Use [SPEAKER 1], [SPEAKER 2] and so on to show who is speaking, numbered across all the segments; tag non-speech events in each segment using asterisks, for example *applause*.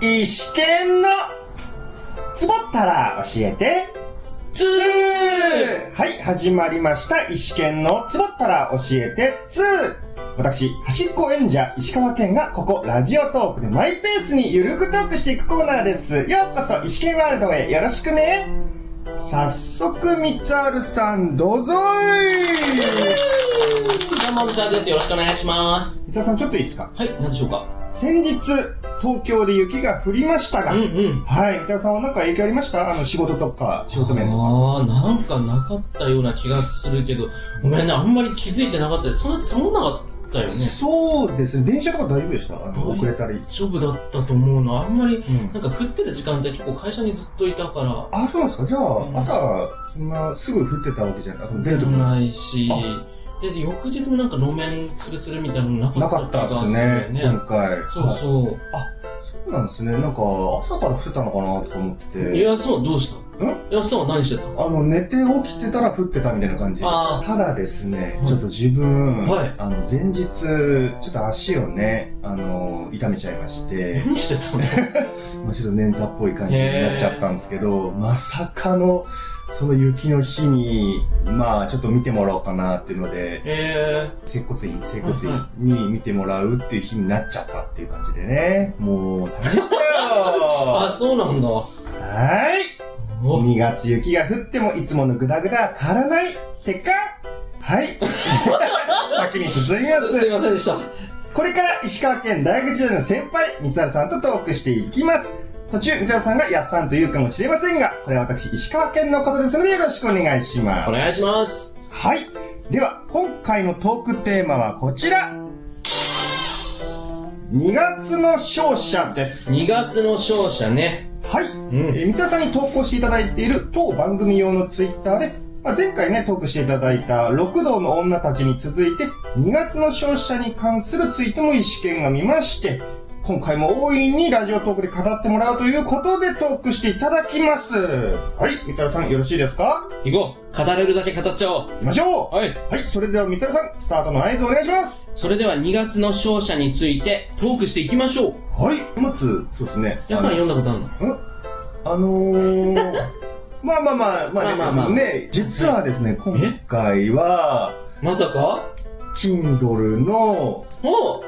[SPEAKER 1] 石剣のつぼったら教えて
[SPEAKER 2] ツー
[SPEAKER 1] はい、始まりました。石剣のつぼったら教えて2私、端っこ演者、石川県がここ、ラジオトークでマイペースにゆるくトークしていくコーナーです。ようこそ、石剣ワールドへよろしくね早速、みつあるさん、どうぞい
[SPEAKER 2] どうも、みちゃんです。よろしくお願いします。
[SPEAKER 1] みつあるさん、ちょっといいですか
[SPEAKER 2] はい、何でしょうか
[SPEAKER 1] 先日、東京で雪が降りましたが、
[SPEAKER 2] うんうん。
[SPEAKER 1] はい、三田さんは何か影響ありましたあの、仕事とか、仕事面とか。
[SPEAKER 2] ああ、なんかなかったような気がするけど、ごめんね、あんまり気づいてなかったです。そんな積もんなかったよね。
[SPEAKER 1] そうですね、電車とか大丈夫でしたあの
[SPEAKER 2] はい
[SPEAKER 1] 遅れたり。
[SPEAKER 2] 勝負だったと思うの。あんまり、
[SPEAKER 1] うん
[SPEAKER 2] なんか降ってる時間帯結構会社にずっといたから、
[SPEAKER 1] あ、そうなんですかじゃ
[SPEAKER 2] うん
[SPEAKER 1] あ、朝、そんなすぐ降ってたわけじゃない出るときな
[SPEAKER 2] ないし
[SPEAKER 1] あ、
[SPEAKER 2] で、翌日もなんか路面ツルツルみたいなのなか
[SPEAKER 1] か
[SPEAKER 2] っ
[SPEAKER 1] ったた
[SPEAKER 2] 気
[SPEAKER 1] で
[SPEAKER 2] が
[SPEAKER 1] す
[SPEAKER 2] する
[SPEAKER 1] ね、
[SPEAKER 2] よね
[SPEAKER 1] 今。回。
[SPEAKER 2] そう
[SPEAKER 1] はい
[SPEAKER 2] そう。
[SPEAKER 1] そうなんですね、なんか、朝から降ってたのかなとか思って
[SPEAKER 2] い
[SPEAKER 1] て。
[SPEAKER 2] や、そう、どうしたのいや、そう、何してたの
[SPEAKER 1] あの、寝て起きてたら降ってたみたいな感じ。
[SPEAKER 2] あ
[SPEAKER 1] ただですね
[SPEAKER 2] は、い
[SPEAKER 1] ちょっと自分、
[SPEAKER 2] はい
[SPEAKER 1] あの、前日、ちょっと足をね、あの、痛めちゃいまして
[SPEAKER 2] あ、、何してたの
[SPEAKER 1] まあ、ちょっと捻挫っぽい感じになっちゃったんですけど、まさかの、その雪の日に、まあ、ちょっと見てもらおうかなっていうので、
[SPEAKER 2] え
[SPEAKER 1] 接骨院、整骨
[SPEAKER 2] はい
[SPEAKER 1] 院
[SPEAKER 2] は
[SPEAKER 1] に見てもらうっていう日になっちゃったっていう感じでね。もう、大変でしたよ
[SPEAKER 2] ー、あ、
[SPEAKER 1] は
[SPEAKER 2] そうなんだ。
[SPEAKER 1] ー
[SPEAKER 2] お
[SPEAKER 1] い !2 月雪が降ってもいつものグダグダは変わらないってかはい。先に進みますす
[SPEAKER 2] すい。ませんでした。
[SPEAKER 1] これから石川県大学時代の先輩、三原さんとトークしていきます。途中、三原さんがやっさんと言うかもしれませんが、これは私、石川県のことですのでよろしくお願いし
[SPEAKER 2] お
[SPEAKER 1] ます。
[SPEAKER 2] 願いします。
[SPEAKER 1] はい。では、今回のトークテーマはこちら。2月の勝者です。
[SPEAKER 2] 2月の勝者ね。
[SPEAKER 1] はい。
[SPEAKER 2] うん。
[SPEAKER 1] えー三田さんに投稿していただいている当番組用のツイッターで、まあ、前回ね、トークしていただいた六道の女たちに続いて、2月の勝者に関するツイートも石見が見まして、今回も大いにラジオトークで語ってもらうということでトークしていただきます。はい、三田さんよろしいですか
[SPEAKER 2] 行こう。語れるだけ語っちゃおう。
[SPEAKER 1] 行きましょ
[SPEAKER 2] はい。
[SPEAKER 1] うはい、それでは三田さん、スタートの合図お願いします
[SPEAKER 2] それでは2月の勝者についてトークしていきましょう。
[SPEAKER 1] はい、まず、そうですね。
[SPEAKER 2] やっさん読んだことあるの
[SPEAKER 1] あのー、まあまあまあ、まあ、
[SPEAKER 2] *laughs* まあまあまあ
[SPEAKER 1] ね、実はですね、今
[SPEAKER 2] え
[SPEAKER 1] 回は、
[SPEAKER 2] まさか
[SPEAKER 1] Kindle の
[SPEAKER 2] おう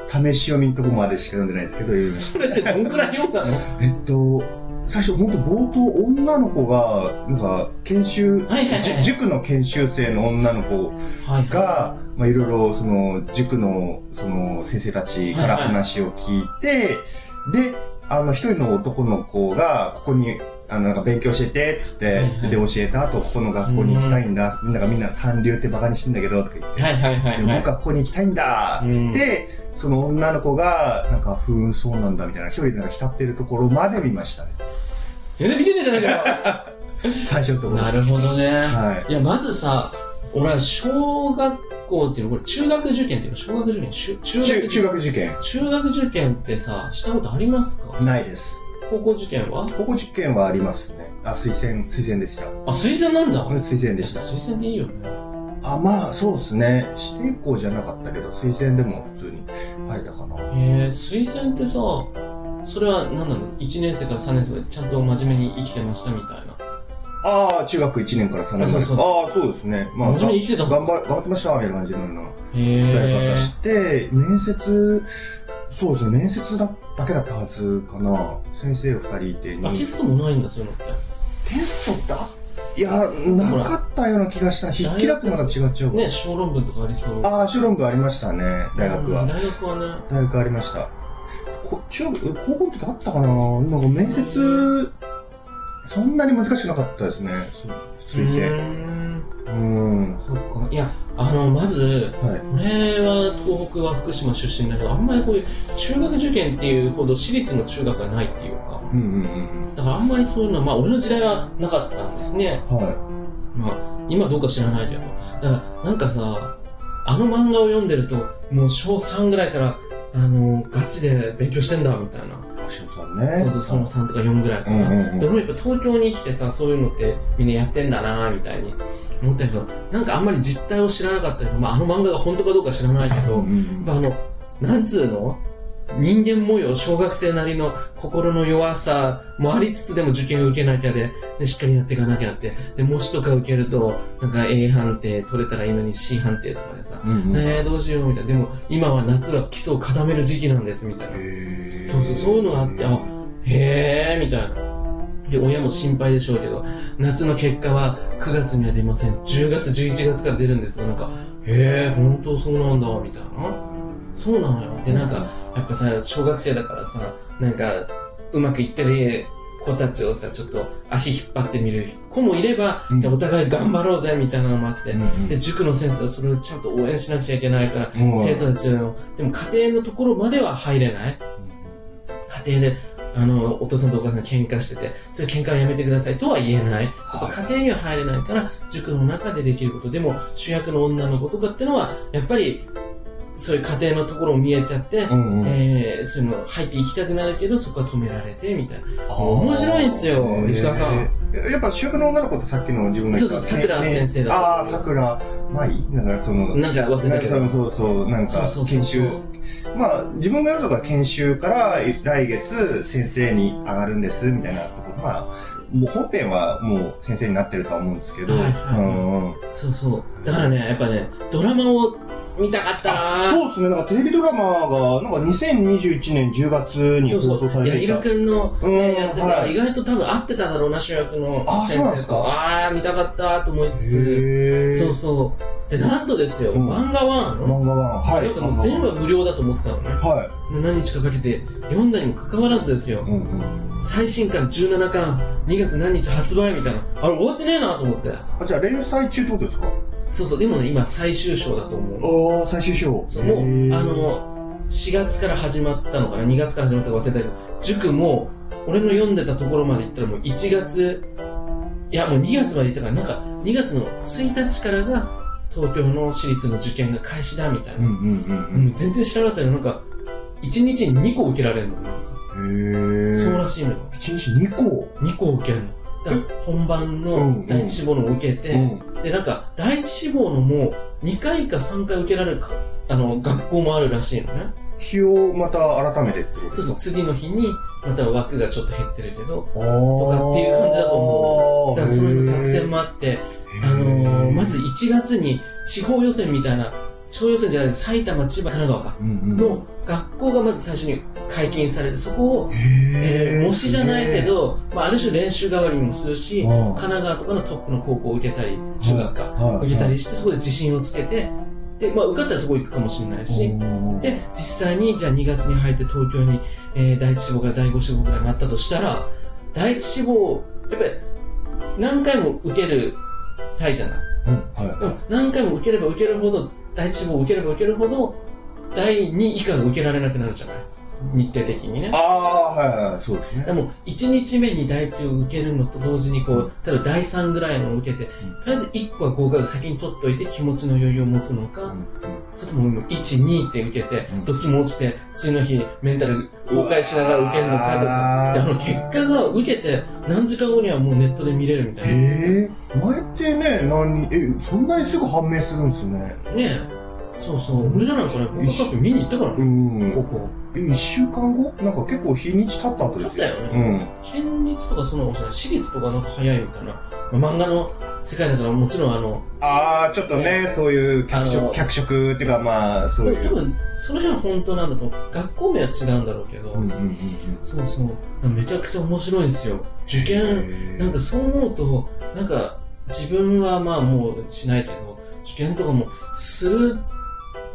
[SPEAKER 1] 試し読みのとこまでしか読んでないんですけど、
[SPEAKER 2] それってどんくらい読ん *laughs* だの
[SPEAKER 1] えっと、最初本当冒頭女の子が、なんか研修、
[SPEAKER 2] はいはいはい
[SPEAKER 1] じ塾の研修生の女の子
[SPEAKER 2] はい。
[SPEAKER 1] が、まあいろいろその塾のその先生たちから話を聞いて、で、あの一人の男の子がここにあの、なんか勉強してて、つって、
[SPEAKER 2] はいはい
[SPEAKER 1] で、教えた後、ここの学校に行きたいんだ、みんながみんな三流って馬鹿にしてんだけど、とか言って、
[SPEAKER 2] はいはいはいはい
[SPEAKER 1] 僕。はここに行きたいんだっつって、その女の子が、なんか、ふーん、そうなんだみたいな、一人でなんか浸ってるところまで見ましたね。
[SPEAKER 2] 全然見てねえじゃないか
[SPEAKER 1] 最初のと
[SPEAKER 2] よ。
[SPEAKER 1] ころ。
[SPEAKER 2] *laughs* なるほどね。
[SPEAKER 1] はい。
[SPEAKER 2] いや、まずさ、俺は小学校っていうの、これ中学受験っていうの、小学受験、中中
[SPEAKER 1] 中、
[SPEAKER 2] 学
[SPEAKER 1] 中学受験
[SPEAKER 2] 中学受験ってさ、したことありますか
[SPEAKER 1] ないです。
[SPEAKER 2] 高校受験は
[SPEAKER 1] 高校受験はありますね。あ、推薦、推薦でした。
[SPEAKER 2] あ、推薦なんだ。
[SPEAKER 1] これ推薦でし
[SPEAKER 2] 推薦でいいよね。
[SPEAKER 1] た。あ、まあ、そうですね。指定校じゃなかったけど、推薦でも普通に入れたかな。
[SPEAKER 2] えー、推薦ってさ、それは何なの ?1 年生から3年生までちゃんと真面目に生きてましたみたいな。
[SPEAKER 1] ああ、中学1年から3年まで。ああ
[SPEAKER 2] あそうそう
[SPEAKER 1] ー、そうですね。まあ、
[SPEAKER 2] 真面目に生きてた
[SPEAKER 1] が
[SPEAKER 2] の
[SPEAKER 1] 頑張、頑張ってました、みたいな感じのような。伝え
[SPEAKER 2] へ
[SPEAKER 1] 方して、面接、そうですね、面接だだけだったはずかな。先生二人いて
[SPEAKER 2] ー。あ、テ
[SPEAKER 1] に。
[SPEAKER 2] ストもないんだ、そういうのって。
[SPEAKER 1] テストってあいや、なかったような気がしたな。
[SPEAKER 2] ほら
[SPEAKER 1] 筆記だとまた違っちゃうか
[SPEAKER 2] ね、小論文とかありそう。
[SPEAKER 1] ああ、修論部ありましたね、大学
[SPEAKER 2] うん
[SPEAKER 1] は。
[SPEAKER 2] 大学はね。
[SPEAKER 1] 大学ありました。こ中学、高校の時あったかななんか面接、そんなに難しくなかったですね、そ推
[SPEAKER 2] うーん。
[SPEAKER 1] 薦。うん。
[SPEAKER 2] そっか。いや、あの、まず、
[SPEAKER 1] はい。
[SPEAKER 2] 俺は東北は福島出身だけど、あんまりこういう中学受験っていうほど私立の中学がないっていうか、
[SPEAKER 1] うんうんうん
[SPEAKER 2] だからあんまりそういうのは、まあ俺の時代はなかったんですね。
[SPEAKER 1] うん。は
[SPEAKER 2] まあ、今どうか知らないけど。だから、なんかさ、あの漫画を読んでると、もう小3ぐらいから、あの、ガチで勉強してんだ、みたい
[SPEAKER 1] い。
[SPEAKER 2] な。
[SPEAKER 1] 橋本さんね。
[SPEAKER 2] そうそう、その3とか4ぐらいか
[SPEAKER 1] うん
[SPEAKER 2] ら。
[SPEAKER 1] うんうん
[SPEAKER 2] で、。俺もやっぱ東京に来てさ、そういうのってみんなやってんだな、みたいに思ったけど、なんかあんまり実態を知らなかったけど、まああの漫画が本当かどうか知らないけど、
[SPEAKER 1] うんうん
[SPEAKER 2] まああの、なんつうの人間模様、小学生なりの心の弱さもありつつでも受験を受けなきゃで、で、しっかりやっていかなきゃって。で、模試とか受けると、なんか A 判定取れたらいいのに C 判定とかでさ、
[SPEAKER 1] うんうん
[SPEAKER 2] ねえ、どうしようみたいな。でも、今は夏は基礎を固める時期なんです、みたいな。
[SPEAKER 1] へー
[SPEAKER 2] そうそう、そういうのがあって、あ、へえ、みたいな。で、親も心配でしょうけど、夏の結果は9月には出ません。10月、11月から出るんですが、なんか、へえ、本当そうなんだ、みたいな。そうなのよ。で、なんか、やっぱさ、小学生だからさ、なんか、うまくいってる子たちをさ、ちょっと足引っ張ってみる子もいれば、
[SPEAKER 1] うん
[SPEAKER 2] じゃあお互い頑張ろうぜ、みたいなのもあって
[SPEAKER 1] う、ん
[SPEAKER 2] で、塾の先生はそれをちゃんと応援しなくちゃいけないから、
[SPEAKER 1] うん
[SPEAKER 2] 生徒たちの、でも家庭のところまでは入れない。家庭で、あの、お父さんとお母さん喧嘩してて、それ喧嘩はやめてくださいとは言えない。やっぱ家庭には入れないから、塾の中でできること。でも、主役の女の子とかってのは、やっぱり、そういう家庭のところを見えちゃって、
[SPEAKER 1] うんうん
[SPEAKER 2] えー、そういうの入っていきたくなるけど、そこは止められて、みたいな。
[SPEAKER 1] あー
[SPEAKER 2] 面白いんですよ
[SPEAKER 1] へー
[SPEAKER 2] 石川さん
[SPEAKER 1] やっぱ主役の女の子ってさっきの自分の言った
[SPEAKER 2] そうそう桜先生だ
[SPEAKER 1] ああー、桜舞だからその、
[SPEAKER 2] なんか忘れたけど。
[SPEAKER 1] そうそう、なんか
[SPEAKER 2] そうそうそう
[SPEAKER 1] 研修。まあ、自分がやるとか研修から来月先生に上がるんです、みたいなところ。まあ、もう本編はもう先生になってるとは思うんですけど、
[SPEAKER 2] はいはい
[SPEAKER 1] うんうん
[SPEAKER 2] そうそう。だからね、やっぱね、ドラマを見たかったな
[SPEAKER 1] そうですね、なんかテレビドラマが、なんか2021年10月に放送されて
[SPEAKER 2] 柳
[SPEAKER 1] いた。
[SPEAKER 2] 楽君の、
[SPEAKER 1] うん
[SPEAKER 2] やってた、
[SPEAKER 1] はい
[SPEAKER 2] 意外と多分合ってただろうな、主役の
[SPEAKER 1] あ
[SPEAKER 2] 先
[SPEAKER 1] そうなんで
[SPEAKER 2] 生
[SPEAKER 1] す
[SPEAKER 2] と。
[SPEAKER 1] か
[SPEAKER 2] ああー、見たかったと思いつつ、
[SPEAKER 1] へー
[SPEAKER 2] そうそう。で、なんとですよ、
[SPEAKER 1] うん
[SPEAKER 2] 漫画ワン、
[SPEAKER 1] 漫画は、はい。
[SPEAKER 2] なんかもう全部無料だと思ってたのね。
[SPEAKER 1] は
[SPEAKER 2] 何日かかけて読んだにもかかわらずですよ
[SPEAKER 1] い。、うんうん。
[SPEAKER 2] 最新刊17巻、2月何日発売みたいな、あれ終わってねえなと思って。
[SPEAKER 1] あ、じゃあ連載中ってことですか
[SPEAKER 2] そうそう、でもね、今最終章だと思う。
[SPEAKER 1] ああ、最終章。
[SPEAKER 2] そうもう、
[SPEAKER 1] へー
[SPEAKER 2] あ、の、4月から始まったのかな ?2 月から始まったか忘れたけど、塾も、俺の読んでたところまで行ったらもう1月、いやもう2月まで行ったから、なんか2月の1日からが東京の私立の受験が開始だみたい
[SPEAKER 1] うんう
[SPEAKER 2] な。
[SPEAKER 1] んう
[SPEAKER 2] うんん、全然知らなかったよ。なんか、1日に2個受けられるの。なんか
[SPEAKER 1] うん。へえ。
[SPEAKER 2] そうらしいのよ。
[SPEAKER 1] 一日2個。
[SPEAKER 2] 2個受けるの。だから本番の第一志望のを受けて、
[SPEAKER 1] うん。
[SPEAKER 2] で、なんか、第一志望のも2回か3回受けられるか、あの、学校もあるらしいのね。
[SPEAKER 1] 日をまた改めてってこと
[SPEAKER 2] そ
[SPEAKER 1] で
[SPEAKER 2] う
[SPEAKER 1] す
[SPEAKER 2] そう、
[SPEAKER 1] か
[SPEAKER 2] 次の日に、また枠がちょっと減ってるけど、
[SPEAKER 1] あー
[SPEAKER 2] とかっていう感じだと思う。だからその辺の作戦もあって、あのーまず、1月に地方予選みたいな、地方予選じゃない、埼玉、千葉、神奈川か。
[SPEAKER 1] へーうんうん、
[SPEAKER 2] の学校がまず最初に解禁されて、そこを、え
[SPEAKER 1] へ
[SPEAKER 2] ー
[SPEAKER 1] ー
[SPEAKER 2] 模試じゃないけ、ど、まあ、ある種練習代わりにもするし、神
[SPEAKER 1] 神
[SPEAKER 2] 奈川とかのトップの高校を受けたり、中学か、
[SPEAKER 1] か
[SPEAKER 2] 受けたりして、そこで自信をつけて、で、まあ、受かったらそこ行くかもしれないし、で、実際に、じゃあ2月に入って東京に、えー第一志望から第五志望ぐらいになったとしたら、第一志望、やっぱり、何回も受けるタイじゃない。
[SPEAKER 1] うん、は
[SPEAKER 2] うん何回も受ければ受けるほど、第一志望を受ければ受けるほど、第2以下が受けられなくなるじゃない。日程的にね
[SPEAKER 1] い。。ああー、はいはい、そうですね。
[SPEAKER 2] でも、1日目に第一を受けるのと同時に、こう、例えば第3ぐらいのを受けて、とりあえず1個は合格先に取っといて気持ちの余裕を持つのか、それとももう1、2って受けて
[SPEAKER 1] うん、
[SPEAKER 2] どっちも落ちて、次の日、メンタル崩壊しながら受けるのかとか。で、あの、結果が受けて、何時間後にはもうネットで見れるみたいな。ね
[SPEAKER 1] ええー、前ってね、何、え、そんなにすぐ判明するんですね。
[SPEAKER 2] え。そうそう。俺らなんかね、合格見に行ったから
[SPEAKER 1] う
[SPEAKER 2] ね、こ
[SPEAKER 1] ん。
[SPEAKER 2] こ。
[SPEAKER 1] え、一週間後なんか結構日にち経った後ですよ。
[SPEAKER 2] 経ったよ
[SPEAKER 1] ね。
[SPEAKER 2] 県立とかそのかもしれない。私立とかなんか早いみたいな。まあ漫画の世界だから、もちろんあの、
[SPEAKER 1] うん。ああ、ちょっとね、そういう脚
[SPEAKER 2] あの
[SPEAKER 1] 色、脚色っていうかまあ、そう
[SPEAKER 2] で
[SPEAKER 1] い
[SPEAKER 2] も多
[SPEAKER 1] う。
[SPEAKER 2] 分、その辺は本当なんだと思う。学校名は違うんだろうけど、
[SPEAKER 1] うんうんうんうん。
[SPEAKER 2] そうそう。めちゃくちゃ面白いんですよ。受験、
[SPEAKER 1] へー
[SPEAKER 2] なんかそう思うと、なんか自分はまあもうしないけど、受験とかもする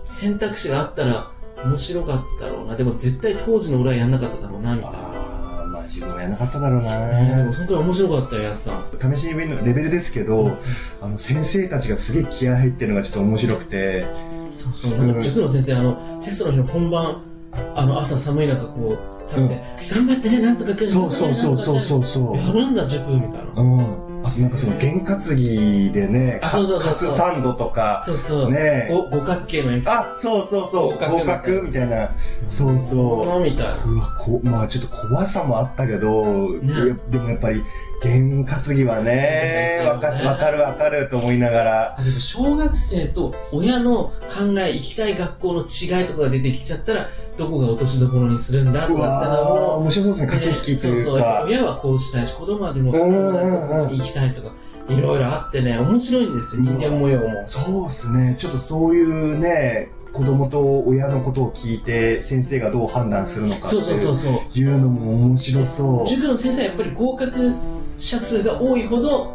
[SPEAKER 2] 選択肢があったら面白かったろうな。でも絶対当時の俺はやんなかっただろうな、みたいな。
[SPEAKER 1] ああ、まあ自分はやらなかっただろう
[SPEAKER 2] ねえで
[SPEAKER 1] な
[SPEAKER 2] も。そのくらい面白かったよ、やすさん。
[SPEAKER 1] 試し読みのレベルですけど、あの、先生たちがすげえ気合入ってるのがちょっと面白くて。
[SPEAKER 2] そうそう。なんか塾の先生、あの、テストの日の本番、あの、朝寒い中こう、立って、頑張ってね、なんとか来る
[SPEAKER 1] そうそうそうそうそうそう。
[SPEAKER 2] やるんだ、塾、みたいな。
[SPEAKER 1] うん。あとなんかその、験担ぎでね、
[SPEAKER 2] あそうそうそう
[SPEAKER 1] カツサンドとか、
[SPEAKER 2] そうそう。
[SPEAKER 1] ね
[SPEAKER 2] ご五角形の鉛筆。
[SPEAKER 1] あ、そうそうそう、
[SPEAKER 2] 合
[SPEAKER 1] 合
[SPEAKER 2] 格。
[SPEAKER 1] 格みたいな。そうそう
[SPEAKER 2] みたいな。
[SPEAKER 1] うわ、こ、まあちょっと怖さもあったけど、
[SPEAKER 2] ね
[SPEAKER 1] いやでもやっぱり、験担ぎはね、わか
[SPEAKER 2] ですよね
[SPEAKER 1] わかるわかると思いながら。
[SPEAKER 2] あでも小学生と親の考え、行きたい学校の違いとかが出てきちゃったら、どこが落としどころにするんだって
[SPEAKER 1] う
[SPEAKER 2] なったの
[SPEAKER 1] わー、
[SPEAKER 2] を、
[SPEAKER 1] 面白そうですね、駆け引きという
[SPEAKER 2] そうそう
[SPEAKER 1] か。
[SPEAKER 2] 親はこうしたいし、子供はでも、
[SPEAKER 1] うんうんうん
[SPEAKER 2] ここに行きたいとか、いろいろあってね、面白いんですよ、人間模様も。
[SPEAKER 1] そうですね、ちょっとそういうね、子供と親のことを聞いて、先生がどう判断するのかって
[SPEAKER 2] そうそうそうそう。
[SPEAKER 1] いうのも面白そう。
[SPEAKER 2] 塾の先生はやっぱり合格者数が多いほど、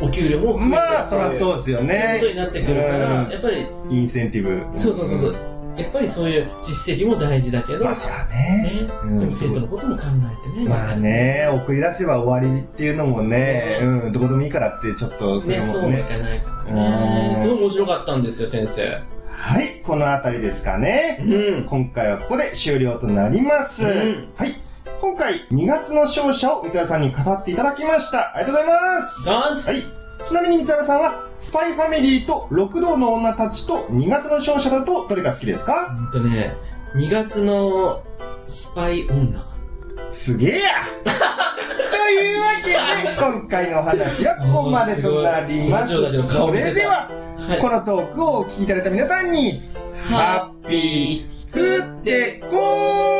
[SPEAKER 2] お給料も増えて
[SPEAKER 1] まあ、そら
[SPEAKER 2] う
[SPEAKER 1] そうですよ
[SPEAKER 2] いうことに
[SPEAKER 1] ね。
[SPEAKER 2] なってくるから、
[SPEAKER 1] うん
[SPEAKER 2] やっぱり、
[SPEAKER 1] インセンティブ。
[SPEAKER 2] そうそうそうそう、やっぱりそういう実績も大事だけど、
[SPEAKER 1] まあ、そらね。
[SPEAKER 2] ね、
[SPEAKER 1] うん
[SPEAKER 2] でも生徒のことも考えてね。
[SPEAKER 1] まあね、送り出せば終わりっていうのもね、
[SPEAKER 2] ね
[SPEAKER 1] うん、どこでもいいからって、ちょっとそれ
[SPEAKER 2] ね、そう
[SPEAKER 1] も
[SPEAKER 2] もい
[SPEAKER 1] ね。
[SPEAKER 2] かないから
[SPEAKER 1] う
[SPEAKER 2] ね
[SPEAKER 1] ん。
[SPEAKER 2] すごい面白かったんですよ、先生。
[SPEAKER 1] はい、このあたりですかね。
[SPEAKER 2] うん。
[SPEAKER 1] 今回はここで終了となります。
[SPEAKER 2] うん
[SPEAKER 1] はい。今回、2月の勝者を三原さんに語っていただきました。ありがとうございます。
[SPEAKER 2] ダン
[SPEAKER 1] は
[SPEAKER 2] ス
[SPEAKER 1] い。ちなみに三原さんは、スパイファミリーと六道の女たちと2月の勝者だとどれが好きですか
[SPEAKER 2] ほんとね、2月のスパイ女。
[SPEAKER 1] すげえやというわけで、今回のお話はここまでとなります。
[SPEAKER 2] おーすごい緊張だけど
[SPEAKER 1] そ
[SPEAKER 2] 顔見せた
[SPEAKER 1] れでは、
[SPEAKER 2] はい。
[SPEAKER 1] このトークをお聞きいただいた皆さんに、ハッピー、食ってこー